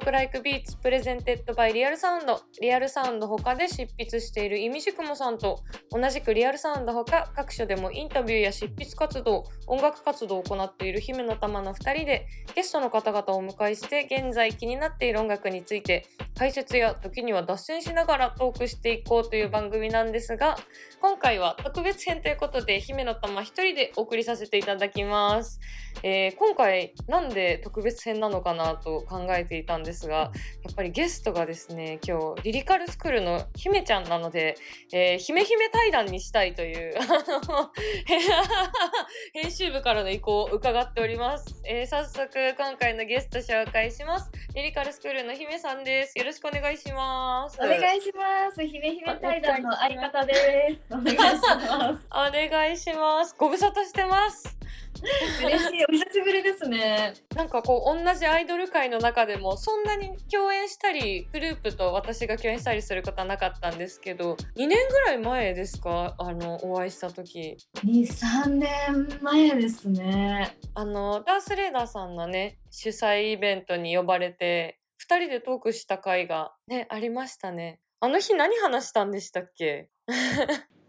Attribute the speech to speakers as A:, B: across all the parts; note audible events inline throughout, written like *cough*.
A: クライクビーツプレゼンテッドバイリアルサウンドリアルサウンド他で執筆しているイミシクモさんと同じくリアルサウンド他各所でもインタビューや執筆活動音楽活動を行っている姫の玉の2人でゲストの方々をお迎えして現在気になっている音楽について解説や時には脱線しながらトークしていこうという番組なんですが今回は特別編ということで姫の玉1人でお送りさせていただきます。えー今回なんで特別編なのかなと考えていたんですがやっぱりゲストがですね今日リリカルスクールの姫ちゃんなので、えー、姫姫対談にしたいというあの *laughs* 編集部からの意向を伺っております、えー早速今回のゲスト紹介しますリリカルスクールの姫さんですよろしくお願いします
B: お願いします。ひめひめ対談の相方です。お願いします。
A: お願いしますご無沙汰してます
B: 嬉しい。お久しぶりですね。
A: なんかこう同じアイドル界の中でもそんなに共演したりグループと私が共演したりすることはなかったんですけど2年ぐらい前ですかあのお会いした時
B: 2、3年前ですね。
A: あのダースレーダーさんのね主催イベントに呼ばれて2人でトークした回がねありましたねあの日何話したんでしたっけ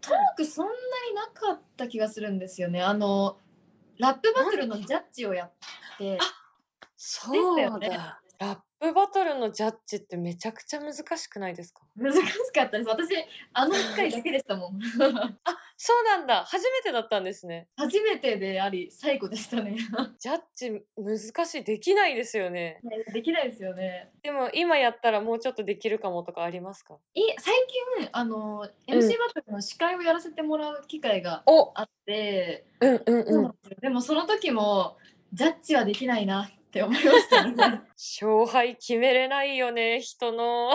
B: トークそんなになかった気がするんですよね。あの、ラップバトルのジャッジをやって、
A: そう
B: うだ
A: だ、ラップバトルのジャッジってめちゃくちゃ難しくないですか
B: 難しかったです。私、あの1回だけでしたもん。
A: あそうなんだ初めてだったんですね
B: 初めてであり、最後でしたね。
A: ジャッジ難しいできないですよね
B: できないですよね。
A: でも今やったらもうちょっとできるかもとかありますか
B: い最近、あの、
A: うん
B: MC バトルの司会をやらせてもらう機会が
A: お
B: あって、
A: うんうん
B: そう
A: う
B: なんんですよでもその時もジャッジはできないなって思いました
A: *laughs*
B: ね。
A: 勝敗決めれないよね人の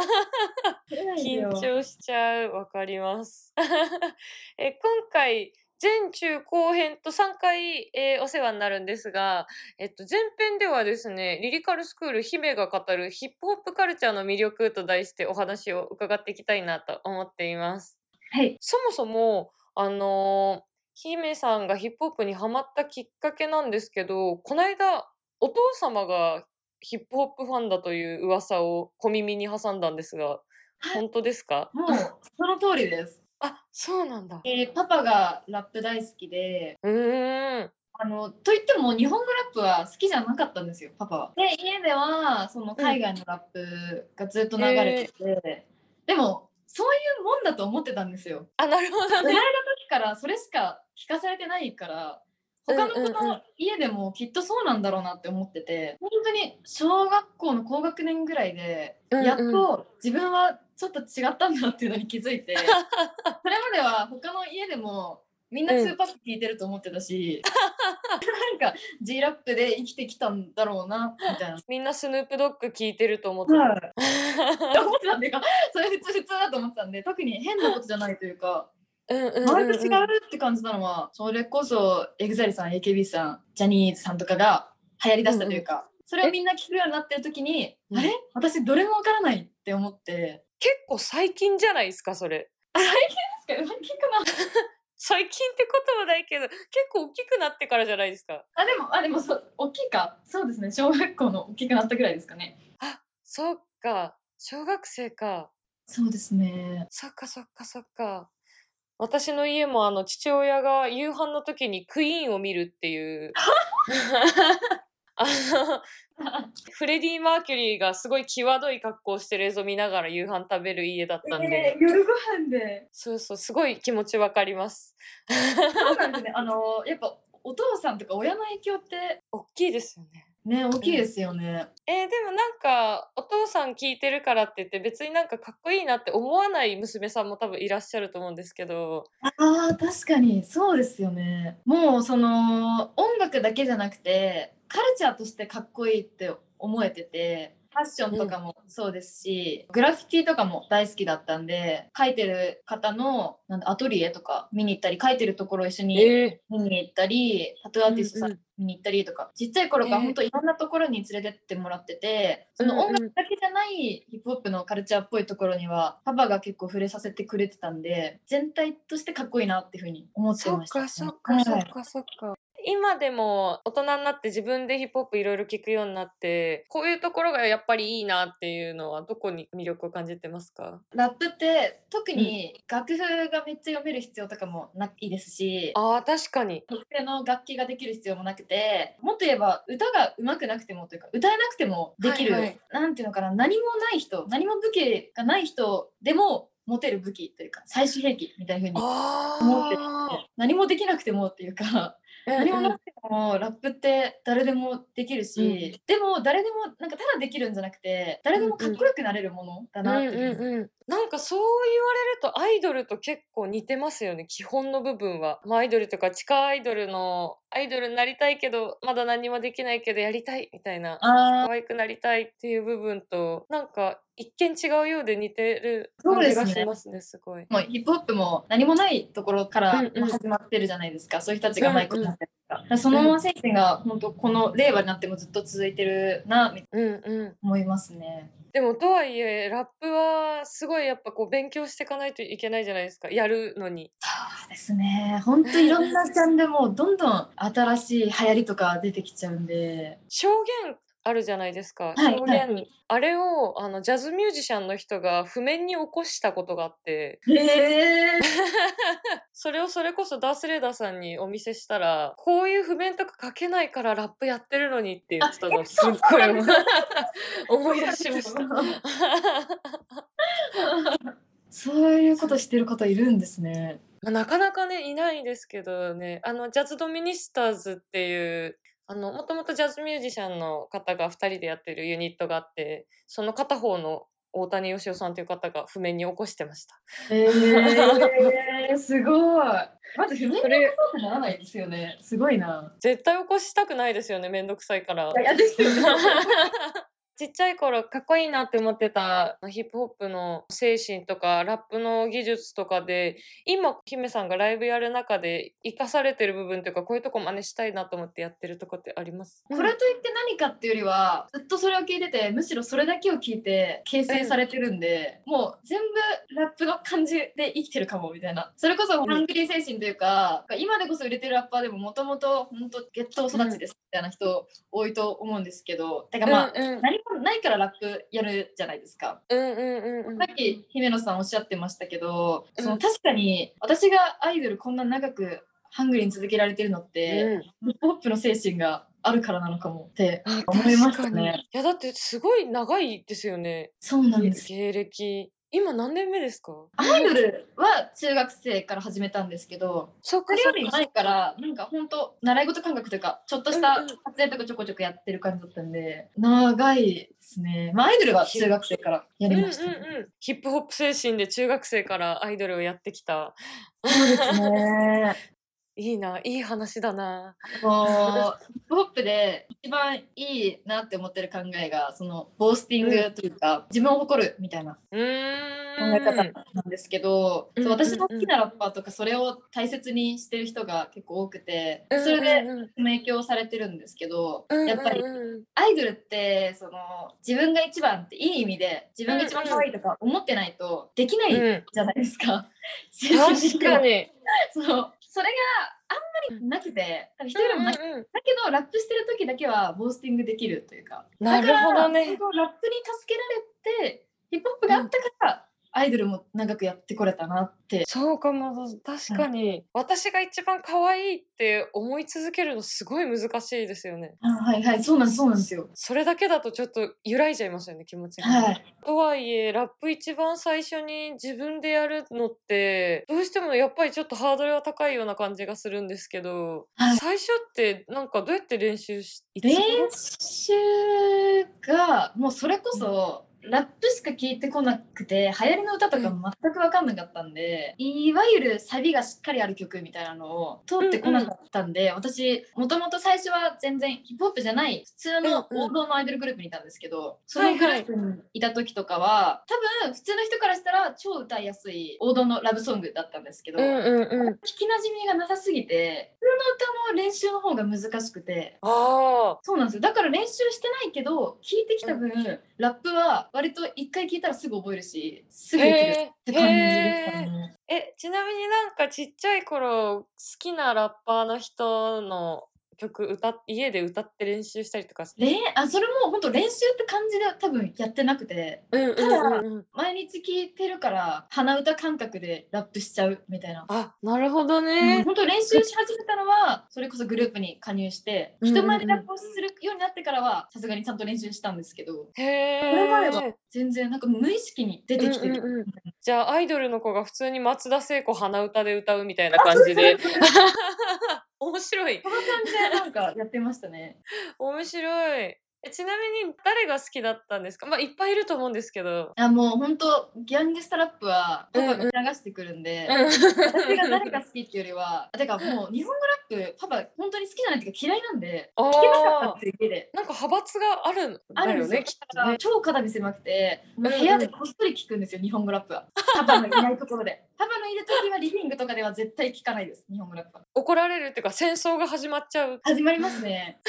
A: 緊張しちゃうわかります *laughs* え今回前中後編と3回、えーお世話になるんですが、えっと、前編ではですねリリカルスクール姫が語るヒップホップカルチャーの魅力と題してお話を伺っていきたいなと思っています
B: はい。
A: そもそもあのー姫さんがヒップホップにハマったきっかけなんですけどこの間お父様がヒップホップファンだという噂を小耳に挟んだんですが本当ですか
B: もうその通りです。
A: あそうなんだ
B: えーパパがラップ大好きで、
A: うーん
B: あのといっても日本語ラップは好きじゃなかったんですよ、パパは。で、家ではその海外のラップがずっと流れてて、でもそういうもんだと思ってたんですよ。
A: あなるほど
B: 生まれ
A: ね
B: た時からそれしか聞かされてないから他の子
A: うんうんう
B: の家でもきっとそうなんだろうなって思ってて本当に小学校の高学年ぐらいで
A: うんうん
B: やっと自分はちょっと違ったんだっていうのに気
A: *laughs*
B: づいてそれまでは他の家でもみんな
A: うん
B: 2パック聞いてると思ってたし、なんか G ラップで生きてきたんだろうなみ
A: *laughs*
B: たいな。
A: みんなスヌープドッグ聞いてると思って
B: はいって思ってたんでそれ普通普通だと思ってたんで特に変なことじゃないというか
A: *laughs* うんうん
B: 周
A: うんう
B: りと違うんって感じなのはそれこそエグザイルさん AKB さんジャニーズさんとかが流行りだしたというか、それをみんな聞くようになってる時に
A: うん
B: あれ私どれもわからないって思って
A: 結構最近じゃないですかそれ
B: 確かに大きくな
A: 最近ってことはないけど結構大きくなってからじゃないですか
B: あでもあでもそう大きいかそうですね小学校の大きくなったぐらいですかね
A: あそっか小学生か
B: そうですね
A: そっかそっかそっか私の家もあの父親が夕飯の時にクイーンを見るっていうあのフレディ・マーキュリーがすごい際どい格好をしてる映像見ながら夕飯食べる家だったんで、
B: えー夜ご飯で
A: そうそうすごい気持ちわかります
B: そうなんですねあのやっぱお父さんとか親の影響って
A: 大きいですよね
B: ね大きいですよね、
A: えーでもなんかお父さん聞いてるからって言って別になんかかっこいいなって思わない娘さんも多分いらっしゃると思うんですけど
B: あー確かにそうですよねもうその音楽だけじゃなくてカルチャーとしてかっこいいって思えててファッションとかもそうですし、グラフィティとかも大好きだったんで描いてる方のなんだアトリエとか見に行ったり描いてるところを一緒に
A: え
B: 見に行ったり、タトゥーアーティストさん見に行ったりとか、ちっちゃい頃か
A: え
B: ら
A: ー
B: 本当いろんなところに連れてってもらってて、その音楽だけじゃないヒップホップのカルチャーっぽいところにはパパが結構触れさせてくれてたんで全体としてかっこいいなっていうふうに思って
A: そ
B: ま
A: っ
B: したね、
A: かそっかそ
B: は
A: っ
B: い
A: かそっか。今でも大人になって自分でヒップホップいろいろ聞くようになって、こういうところがやっぱりいいなっていうのはどこに魅力を感じてますか
B: ラップって特に楽譜がめっちゃ読める必要とかもないですし
A: ああ、確かに。
B: 特定の楽器ができる必要もなくてもっと言えば歌が上手くなくてもというか歌えなくてもできる、
A: はいはい
B: なんていうのかな何もない人何も武器がない人でも持てる武器というか最終兵器みたいな風に
A: あ
B: 思ってて何もできなくてもっていうか
A: あ、
B: 何も
A: うんう
B: なんくてもラップって誰でもできるし、
A: うん
B: でも誰でもなんかただできるんじゃなくて誰でもかっこよくなれるものだなっていう
A: うんうんうん、なんかそう言われるとアイドルと結構似てますよね基本の部分は、まあ、アイドルとか地下アイドルのアイドルになりたいけどまだ何もできないけどやりたいみたいな
B: あー
A: 可愛くなりたいっていう部分となんか一見違うようで似てる
B: そう
A: 感
B: で
A: じ
B: すね
A: がしますねすごい。
B: もうヒップホップも何もないところから
A: うんうん
B: まあ始まってるじゃないですか、そういう人たちがマイクになってるとか,、その精神が本当この令和になってもずっと続いてるなみたいな
A: うんうん、
B: 思いますね。
A: でもとはいえラップはすごいやっぱこう勉強していかないといけないじゃないですかやるのに。
B: そうですね本当いろんなジャンルもうどんどん新しい流行りとか出てきちゃう
A: *laughs*
B: んで
A: 証言あるじゃないですか、
B: はい
A: 証言、あれをあのジャズミュージシャンの人が譜面に起こしたことがあって
B: へえ
A: それをそれこそダース・レーダーさんにお見せしたらこういう譜面とか書けないからラップやってるのにって言ってたのすっごい思い思い出しました。
B: そういうことしてる方いるんですね。
A: まあなかなかねいないですけどねあのジャズ・ドミニスターズっていうあのもともとジャズミュージシャンの方が2人でやってるユニットがあってその片方の大谷義雄さんという方が譜面に起こしてました。
B: え *laughs* ー、すごい。まず譜面に起こそうとならないですよね。すごいな。
A: 絶対起こしたくないですよねめんどくさいから。
B: いやですよね。
A: *laughs* ちっちゃい頃かっこいいなって思ってたヒップホップの精神とかラップの技術とかで今姫さんがライブやる中で生かされてる部分というかこういうとこ真似したいなと思ってやってるとこってあります
B: *laughs* これといって何かっていうよりはずっとそれを聞いててむしろそれだけを聞いて形成されてるんで、もう全部ラップの感じで生きてるかもみたいなそれこそ
A: ん
B: ハングリー精神というか、今でこそ売れてるラッパーでももともと本当ゲット育ちですみたいな人多いと思うんですけどてかまあ、
A: うんうん
B: 何もないからラップやるじゃないですか。
A: うんうんうんうん
B: さっき姫野さんおっしゃってましたけど、
A: うん
B: その確かに私がアイドルこんな長くハングリーに続けられてるのって、
A: うん
B: ヒップホップの精神があるからなのかもって
A: あ
B: 思いま
A: 確か
B: す
A: に
B: ね。
A: いやだってすごい長いですよね
B: そうなんです。
A: 芸歴今何年目ですか
B: アイドルは中学生から始めたんですけど、
A: そっ
B: それより
A: そっ
B: 前からなんか本当習い事感覚というか、ちょっとし
A: う
B: た
A: んうん
B: 撮影とかちょこちょこやってる感じだったんで、長いですね。まあアイドルは中学生からや
A: うんう
B: り
A: ん
B: ましたね。
A: うん、ヒップホップ精神で中学生からアイドルをやってきた
B: そうですね。
A: いいないい話だな
B: もうヒップホップで一番いいなって思ってる考えがそのボースティングというか、自分を誇るみたいな考
A: うーん
B: え方なんですけど、
A: うん
B: そう
A: うんうん
B: 私の好きなラッパーとかそれを大切にしてる人が結構多くてそれ
A: う
B: で
A: んうん
B: 影響されてるんですけど、
A: うん、
B: やっぱり
A: うんうんうん
B: アイドルってその自分が一番っていい意味で自分が一番可愛いとか思ってないとできない
A: うん
B: じゃないですか。
A: 確かに
B: *laughs* そうそれがあんまりなくて多分一人でもなくて
A: うんうんうん
B: だけどラップしてる時だけはボースティングできるというか
A: なるほどね
B: だからラップに助けられてヒップホップがあったから、アイドルも長くやってこれたなって
A: そうかも確かに、私が一番可愛いって思い続けるのすごい難しいですよね
B: あはいはいそうなんですそうなんですよ
A: それだけだとちょっと揺らいじゃいますよね気持ちが、
B: はい
A: とはいえラップ一番最初に自分でやるのってどうしてもやっぱりちょっとハードルが高いような感じがするんですけど、
B: はい
A: 最初ってなんかどうやって練習しいつ
B: 練習がもうそれこそ、ラップしか聞いてこなくて流行りの歌とかも全く分かんなかったんで、いわゆるサビがしっかりある曲みたいなのを通ってこなかったんで、私もともと最初は全然ヒップホップじゃない普通の
A: うんうん
B: 王道のアイドルグループにいたんですけど、そ
A: は
B: の
A: い
B: グル
A: はい
B: ープにいた時とかは多分普通の人からしたら超歌いやすい王道のラブソングだったんですけど、
A: うん
B: 聞
A: うんうん
B: きなじみがなさすぎて普通の歌の練習の方が難しくて
A: あ
B: そうなんですよだから練習してないけど聞いてきた分、ラップは割と一回聞いたらすぐ覚えるしす
A: あ
B: ぐできるって感じで
A: へ
B: すか
A: ー
B: ね。
A: えちなみになんかちっちゃい頃好きなラッパーの人の曲歌家で歌って練習したりとかして、
B: れあそれも本当練習って感じで多分やってなくて
A: うんうんうんうん、
B: 毎日聴いてるから鼻歌感覚でラップしちゃうみたいな。
A: あなるほど
B: うん
A: ね、
B: 本当練習し始めたのはそれこそグループに加入して
A: うんうんうん
B: 人前でラップをするようになってからはさすがにちゃんと練習したんですけど
A: へえ
B: これまでは全然なんか無意識に出てきてる、
A: うんうんうんじゃあアイドルの子が普通に松田聖子鼻歌で歌うみたいな感じで *laughs* 面白い
B: この感じでなんかやってましたね
A: 面白いえちなみに誰が好きだったんですかまあいっぱいいると思うんですけど、
B: あもう本当ギャングスタラップはパパが流してくるんで、私が誰が好きっていうよ
A: *laughs*
B: りはてかもう日本語ラップパパ本当に好きじゃないっていうか嫌いなんで
A: あ
B: 聞けなかった
A: ー
B: っていう家で。
A: なんか派閥があるん
B: あ
A: だ
B: る
A: よ
B: んで
A: ねき
B: す
A: っ
B: よ。
A: と
B: だか
A: ね
B: ら超肩身狭くて、
A: んうん
B: 部屋でこっそり聞くんですよ、日本語ラップは。パパのいないところで。パパのいる時はリビングとかでは絶対聞かないです、日本語ラップは。
A: 怒られるっていうか戦争が始まっちゃう
B: 始まります
A: *laughs*
B: ね。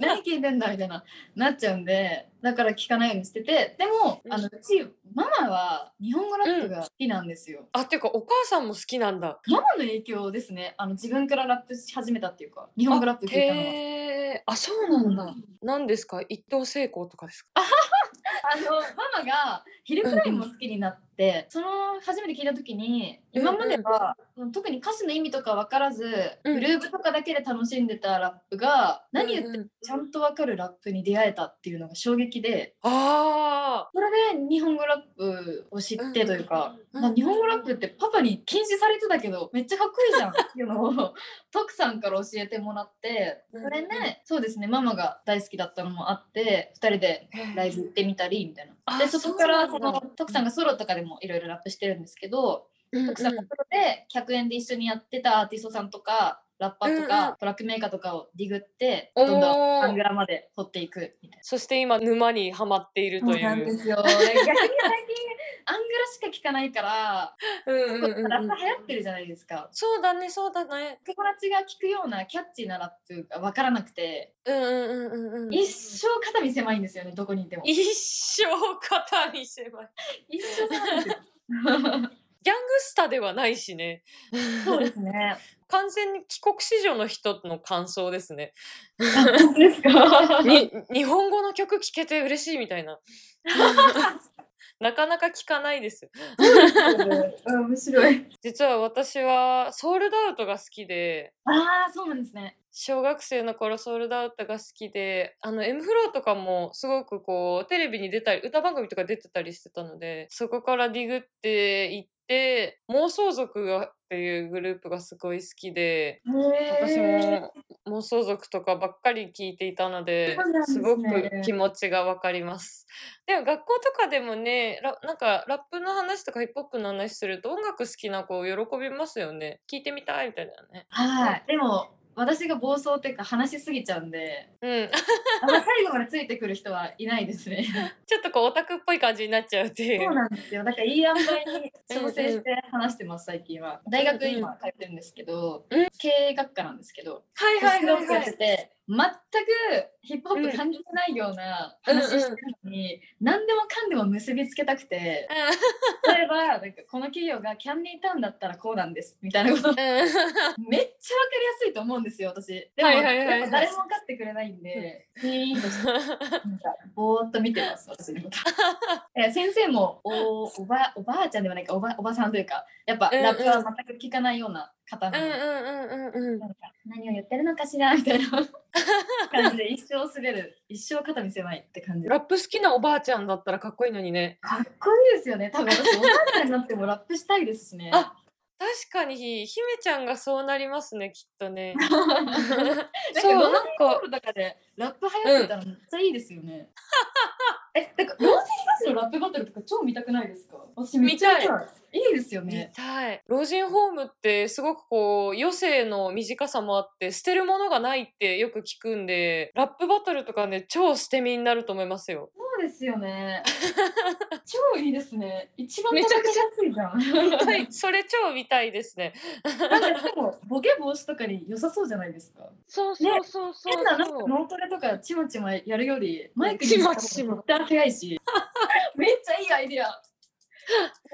B: 何聞いてんだみたいな、なっちゃうんで、だから聞かないようにしてて、でも、あのうち、ママは日本語ラップが好きなんですよ。
A: あっていうかお母さんも好きなんだ
B: ママの影響ですね、あの自分からラップし始めたっていうか、日本語ラップ聞いたのは。
A: へえあそうなんだ何ですか一等成功とかですか
B: あのママが昼くらいも好きになって、その初めて聞いた時に
A: うんうん
B: 今までは、特に歌詞の意味とか分からず、
A: うん
B: グルーブとかだけで楽しんでたラップが何言っても
A: うんうん
B: ちゃんと分かるラップに出会えたっていうのが衝撃で
A: あ
B: それで日本語ラップを知ってというか,、
A: うん
B: 日本語ラップってパパに禁止されてたけどめっちゃかっこいい
A: *laughs*
B: じゃんっていうのを徳さんから教えてもらってそれ
A: うんうん
B: ねそうですねママが大好きだったのもあって2人で
A: ー
B: ライブ行ってみたりみたい
A: あ
B: な。でそこから
A: そ
B: そう
A: なんだ
B: の徳さんがソロとかでもいろいろラップしてるんですけど、
A: うんうん
B: 徳さんがソロで100円で一緒にやってたアーティストさんとかラッパーとか、
A: うんう
B: トラックメーカーとかをディグって
A: おー
B: どんどんアングラまで掘っていくみたい
A: そして今沼にはまっている
B: な。
A: と
B: そう
A: い
B: なんで
A: う。
B: す *laughs* よ。逆に最近アングラしか聞かないから、
A: うんうんうん
B: ラ
A: う
B: ッ
A: ん
B: プ流行ってるじゃないですか。
A: そうだねそうだね。
B: 友達が聞くようなキャッチーなラップが分からなくて、
A: うんうんうんうんうん。
B: 一生肩身狭いんですよね、どこにいても。
A: 一生肩に狭い。
B: 一生狭いんですよ。
A: ギャングスタではないしね。
B: そうですね。
A: 完全に帰国子女の人の感想ですね。
B: あ本当です *laughs* か
A: に日本語の曲聴けて嬉しいみたいな。なかなか聞かないです。
B: うん面白い。
A: 実は私はソールドアウトが好きで、
B: ああ、そうなんですね。
A: 小学生の頃ソールドアウトが好きであの M フローとかもすごくこうテレビに出たり歌番組とか出てたりしてたのでそこからディグっていって妄想族がっていうグループがすごい好きで私
B: へ
A: も妄想族とかばっかり聞いていたので
B: そうなんですすね
A: ごく気持ちがわかります。でも学校とかでもねラなんかラップの話とかヒップホップの話すると音楽好きな子喜びますよね聞いてみたいみたいなね。
B: はい。でも、私が暴走っていうか話しすぎちゃうんで、
A: うん *laughs*
B: あんま最後までついてくる人はいないですね。
A: ちょっとこうオタクっぽい感じになっちゃうってい
B: そう
A: う。
B: なんですよ。だからいい塩梅に調整して話してます、最近は。大学今通ってるんですけど、
A: うん
B: 経営学科なんですけど、
A: はい
B: スクロールやってて、全くヒップホップ関係ないような話してるのに、何でもかんでも結びつけたく
A: *laughs*
B: て、例えばなんかこの企業がキャンディータウンだったらこうなんですみたい
A: *laughs*
B: なことめっちゃわかりやすいと思うんですよ私でも、
A: はいはいはいはい
B: やっぱ誰も分かってくれないんでシーンとしてなんかぼーっと見てます私のこと *laughs* え先生もおおばおばあちゃんではないかおばおばさんというかやっぱ
A: うんうん
B: ラップは全く聞かないような方
A: う
B: なので、
A: んうんうんうんうん。
B: なんか何を言ってるのかしら
A: *laughs*
B: みたいな感じで一生滑る一生肩身狭いって感じ
A: ラップ好きなおばあちゃんだったらかっこいいのにね。
B: かっこいいですよね多分私おばあちゃんになってもラップしたいですしね
A: あ確かにひめちゃんがそうなりますねきっと
B: *laughs*
A: ね。
B: そ
A: そうう
B: なん
A: なん
B: かロー
A: か
B: ルとかでラップ流行ってたらめっちゃいいですよね。え、だからローゼンヒルズのラップバトルとか超見たくないですか？私めっちゃ見たい。いいですよ
A: 見
B: ね。
A: たい老人ホームってすごくこう余生の短さもあって捨てるものがないってよく聞くんでラップバトルとかね超捨て身になると思います *laughs* よ。
B: そうです
A: *laughs*
B: よね。超いいですね。一番
A: めちゃくち
B: ゃ安いじゃん。
A: はいそれ超見たいですね。
B: なんかでもボケ防止とかに良さそうじゃないですか。
A: そう
B: そう
A: そうそ
B: 変ななんか脳トレとかちまちまやるよりマイクに
A: ちま
B: 絶
A: ちま
B: 対早いし。 *laughs* めっちゃいいア
A: *laughs*
B: イディア。う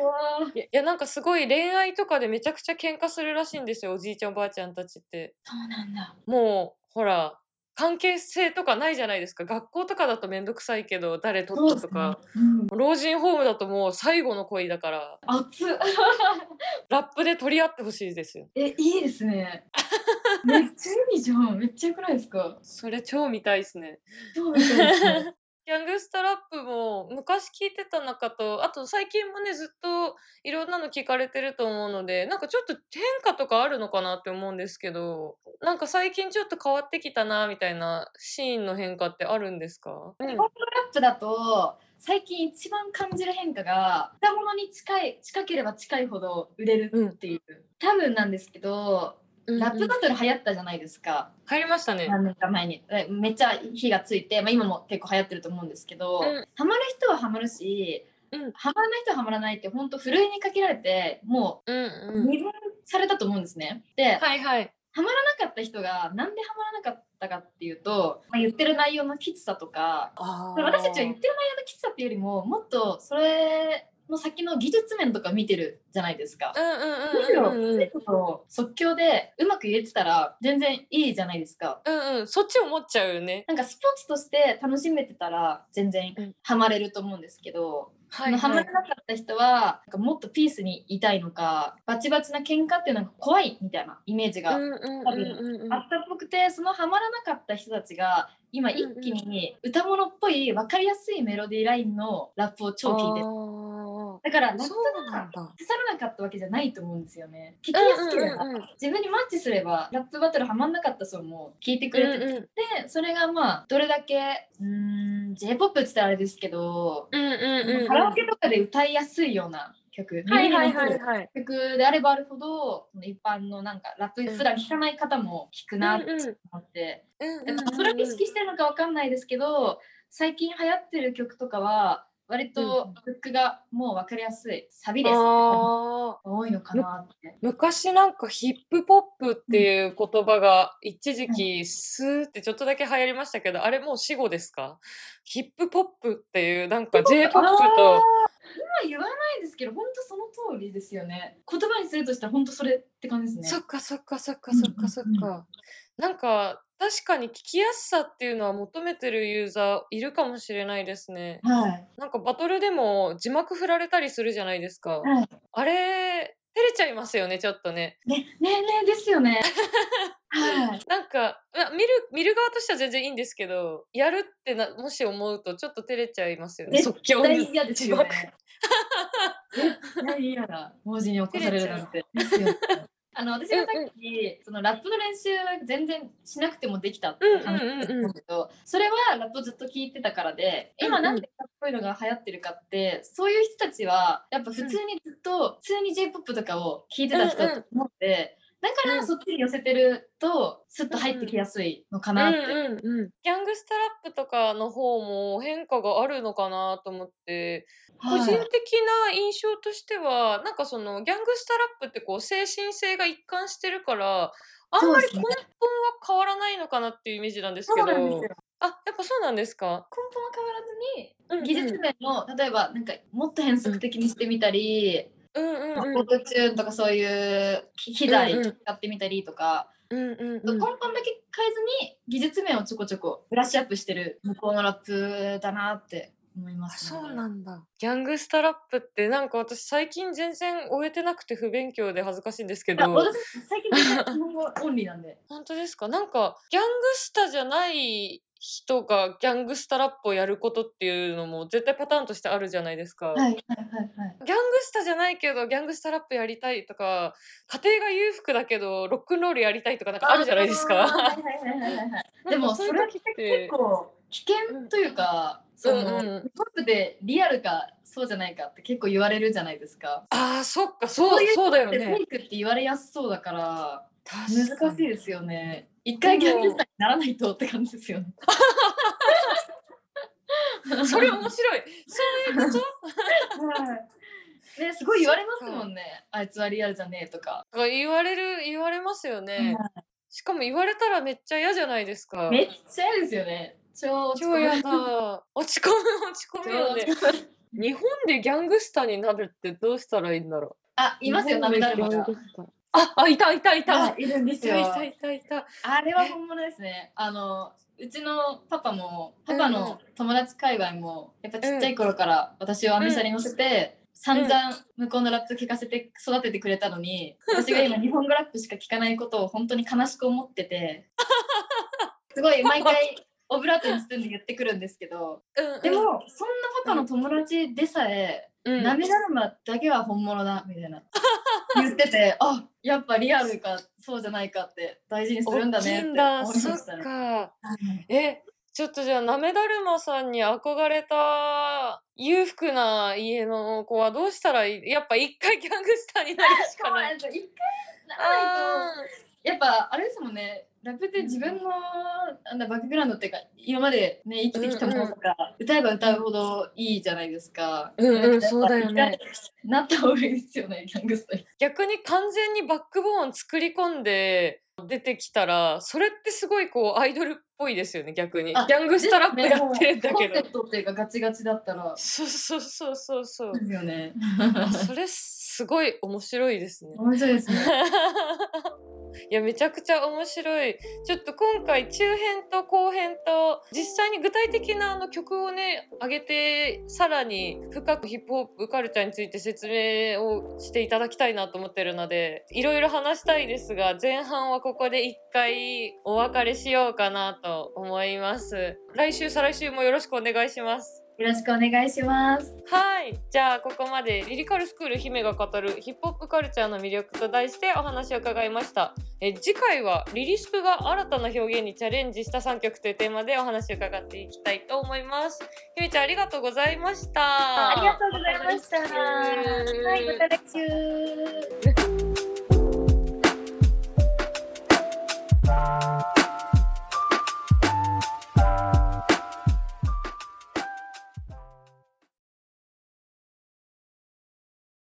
B: わー
A: いやいやなんかすごい恋愛とかでめちゃくちゃ喧嘩するらしいんですよおじいちゃんおばあちゃんたちって
B: そうなんだ。
A: もうほら関係性とかないじゃないですか学校とかだと面倒くさいけど誰取ったとか、
B: うん、
A: 老人ホームだともう最後の恋だから
B: 熱っ
A: ラップで取り合ってほしいですよ
B: えいいで
A: *laughs*
B: すねめっちゃいいじゃんめっちゃよくないですか
A: それ超見たいですね
B: どうみたいですね
A: ギャングスタラップも昔聞いてた中とあと最近もねずっといろんなの聞かれてると思うのでなんかちょっと変化とかあるのかなって思うんですけどなんか最近ちょっと変わってきたなみたいなシーンの変化ってあるんですか、うん
B: ラップだと最近一番感じる変化が果物に近い近ければ近いほど売れるっていう、多分なんですけどラップバトル流行ったじゃないですか、
A: 入りましたね。
B: 何年か前にえめっちゃ火がついて、まあ、今も結構流行ってると思うんですけど、
A: うん
B: ハマる人はハマるし、
A: うん
B: ハマらない人はハマらないって本当ふるいにかけられても
A: うん
B: う
A: うん。
B: 二分されたと思うんですね。で、
A: はいはい。
B: ハマらなかった人がなんでハマらなかったかっていうと、まあ、言ってる内容のきつさとか
A: あー
B: 私たちは言ってる内容のきつさっていうよりももっとそれの先の技術面とか見てるじゃないですか。むしろ
A: うんうんうんうんうん
B: 生徒の即興でうまく言えてたら全然いいじゃないですか。
A: うんうん。そっち思っちゃうよね。
B: なんかスポーツとして楽しめてたら全然
A: うん
B: ハマれると思うんですけど、
A: は
B: そ
A: い、
B: のハ
A: は
B: マ
A: い
B: ら。なかった人はなんかもっとピースにいたいのかバチバチな喧嘩ってなんか怖いみたいなイメージ
A: う
B: が
A: んうんうんうん
B: あったっぽくてそのハマらなかった人たちが今一気に歌物っぽい分かりやすいメロディーラインのラップを超聞いてる
A: あ
B: だからラ
A: ー
B: ップが
A: そうなんだ。
B: 刺さらなかったわけじゃないと思うんですよね聞きやすければ、
A: うんうんうん
B: 自分にマッチすればラップバトルハマんなかった層も聞いてくれてて、
A: うんうん
B: それがまあどれだけうーん j p o p って言ったらあれですけど、
A: うんうんうん。
B: カラオケとかで歌いやすいような曲
A: はいはい
B: 耳に残
A: は
B: る
A: いはい。
B: 曲であればあるほどその一般のなんかラップ普段聴かない方も聴くなって思って、
A: うん
B: で
A: うん
B: まあそれを意識してるのかわかんないですけど最近流行ってる曲とかは割とフックがもう分かりやすいサビです多
A: あー
B: いのかなって。
A: 昔なんかヒップポップっていう言葉が一時期スーってちょっとだけ流行りましたけど、あれもう死語ですかヒップポップっていうなんか J-POP
B: あ
A: と
B: 今言わないですけど本当その通りですよね言葉にするとしたら本当それって感じです
A: そ
B: ね
A: っかそっかそっかそっかそっ
B: うんうん
A: か。なんか確かに聞きやすさっていうのは求めてるユーザーいるかもしれないですね。
B: はい
A: なんかバトルでも字幕振られたりするじゃないですか。
B: はい
A: あれ、照れちゃいますよね、ちょっとね。
B: ねねえねえですよねはい
A: なんか、まあ見る、見る側としては全然いいんですけど、やるってな、もし思うとちょっと照れちゃいますよね。
B: 絶
A: 即興
B: 絶対
A: に。
B: 嫌ですよね。 *laughs* 絶対嫌だ。文字に起こされるなんて。ですよねあの私がさっきそのラップの練習全然しなくてもできたって話したと思うんだけど、それはラップをずっと聞いてたからで、今なんでかっこいいのが流行ってるかって、そういう人たちはやっぱ普通にずっと普通に J-POP とかを聞いてた人だと思って、だか
A: う
B: ら
A: ん
B: そっちに寄せてるとスッと入ってきやすいのか
A: うん
B: なって。
A: うんうん、ギャングスタラップとかの方も変化があるのかなと思って個
B: はい
A: 人的な印象としては、なんかそのギャングスタラップってこう精神性が一貫してるからあんまり
B: そうです
A: 根
B: ね
A: 本は変わらないのかなっていうイメージなんです
B: そ
A: け
B: う
A: ど
B: なんですよ。
A: あやっぱそうなんですか、
B: 根本は変わらずに
A: うんうん、
B: *laughs* 技術面の例えばなんかもっと変則的にしてみたり、
A: うんうん
B: まあ
A: うん
B: オートチューンとかそういう機機材使ってみたりとか、
A: うんうん
B: 根本だけ変えずに技術面をちょこちょこブラッシュアップしてる向こうのラップだなって思いま
A: あ
B: す、
A: そうなんだギャングスタラップってなんか私最近全然終えてなくて不勉強で恥ずかしいんですけ
B: いや
A: ど
B: 私最近全然日本語オンリーなんで
A: 本当ですかなんかギャングスタじゃない人がギャングスタラップをやることっていうのも絶対パターンとしてあるじゃないですか、
B: はいはいはいはい
A: ギャングスタじゃないけどギャングスタラップやりたいとか家庭が裕福だけどロックンロールやりたいとかなんかあるじゃないです
B: あーは
A: か。
B: いはいはいはいは
A: *laughs* な
B: い
A: んか
B: でも
A: そうい
B: そうれっ
A: 時
B: て
A: って
B: 結構危険というか、その、
A: うんうん
B: トップでリアルかそうじゃないかって結構言われるじゃないですか。
A: あーそっかそう
B: そういう
A: そうだよ
B: でフェ
A: ね。
B: イクって言われやすそうだから
A: 確か
B: 難し
A: に
B: いですよね。一回ギャングスターにならないとって感じですよね。 *laughs*
A: それ面白い。そういうこと
B: はいねすごい言われますもんね。あいつはリアルじゃねえとか。
A: が言われる言われますよね。しかも言われたらめっちゃ嫌じゃないですか。
B: めっちゃ嫌ですよね。超落ち込
A: 超
B: む
A: 嫌だ。落ち込む落ち込むよね
B: 超。落ち込む
A: 日本でギャングスタになるってどうしたらいいんだろ
B: あ
A: う。
B: いますよ
A: 日本で
B: 涙るま
A: ギャン
B: が
A: グ。スタあ、あ、いたいたいた。
B: がいるんで
A: い
B: す
A: た
B: よ
A: い。たいたいた。
B: あれは本物ですね。あのうちのパパもパパ
A: うんうん
B: の友達界隈もやっぱちっちゃい頃から私をアメ車に乗せて、散々向こうのラップ聞かせて育ててくれたのに、私が今日本語ラップしか聞かないことを本当に悲しく思っ
A: *laughs*
B: てて、すごい毎回オブラートに包んで言ってくるんですけど、
A: うんうん
B: でもそんなパパの友達でさえ、
A: うん
B: ナメダルマだけは本物だ
A: *laughs*
B: みたいな言っててあやっぱリアルかそうじゃないかって大事にするんだねって思いま
A: 大きいんだ
B: し
A: そ
B: た
A: っ
B: ね。
A: か。
B: はい
A: え、ちょっとじゃあ、なめだるまさんに憧れた裕福な家の子はどうしたらいいやっぱ一回ギャングスターになるしか
B: そう
A: ない。
B: なんですよ一回ならない
A: あ
B: とやっぱあれですもんねラップって自分のなんだバックグラウンドっていうか今までね生きてきたものとか、歌えば歌うほどいいじゃないですか。
A: うんうん
B: なか
A: そうだよね
B: やっぱ一回なった方がいいですよねギャングスタイル。
A: 逆に完全にバックボーン作り込んで出てきたら、それってすごいこうアイドルっぽいですよね、逆に。ギ
B: あ
A: ャングスタラップやってるんだけ
B: コン
A: ど
B: セ。プトっていうかガチガチだったら。
A: そうそうそうそう *laughs* そう
B: で。すよね。
A: あそれすごい面白いですね。
B: 面白いですね。
A: *laughs* いやめちゃくちゃ面白いちょっと今回中編と後編と実際に具体的なあの曲をね上げてさらに深くヒップホップカルチャーについて説明をしていただきたいなと思ってるのでいろいろ話したいですが前半はここで一回お別れしようかなと思います来週再来週もよろしくお願いします
B: よろしくお願いします。
A: はいじゃあここまでリリカルスクール姫が語るヒップホップカルチャーの魅力と題してお話を伺いましたえ次回はリリスクが新たな表現にチャレンジした3曲というテーマでお話を伺っていきたいと思います姫ちゃんありがとうございました
B: ありがとうございました。はい、また来週。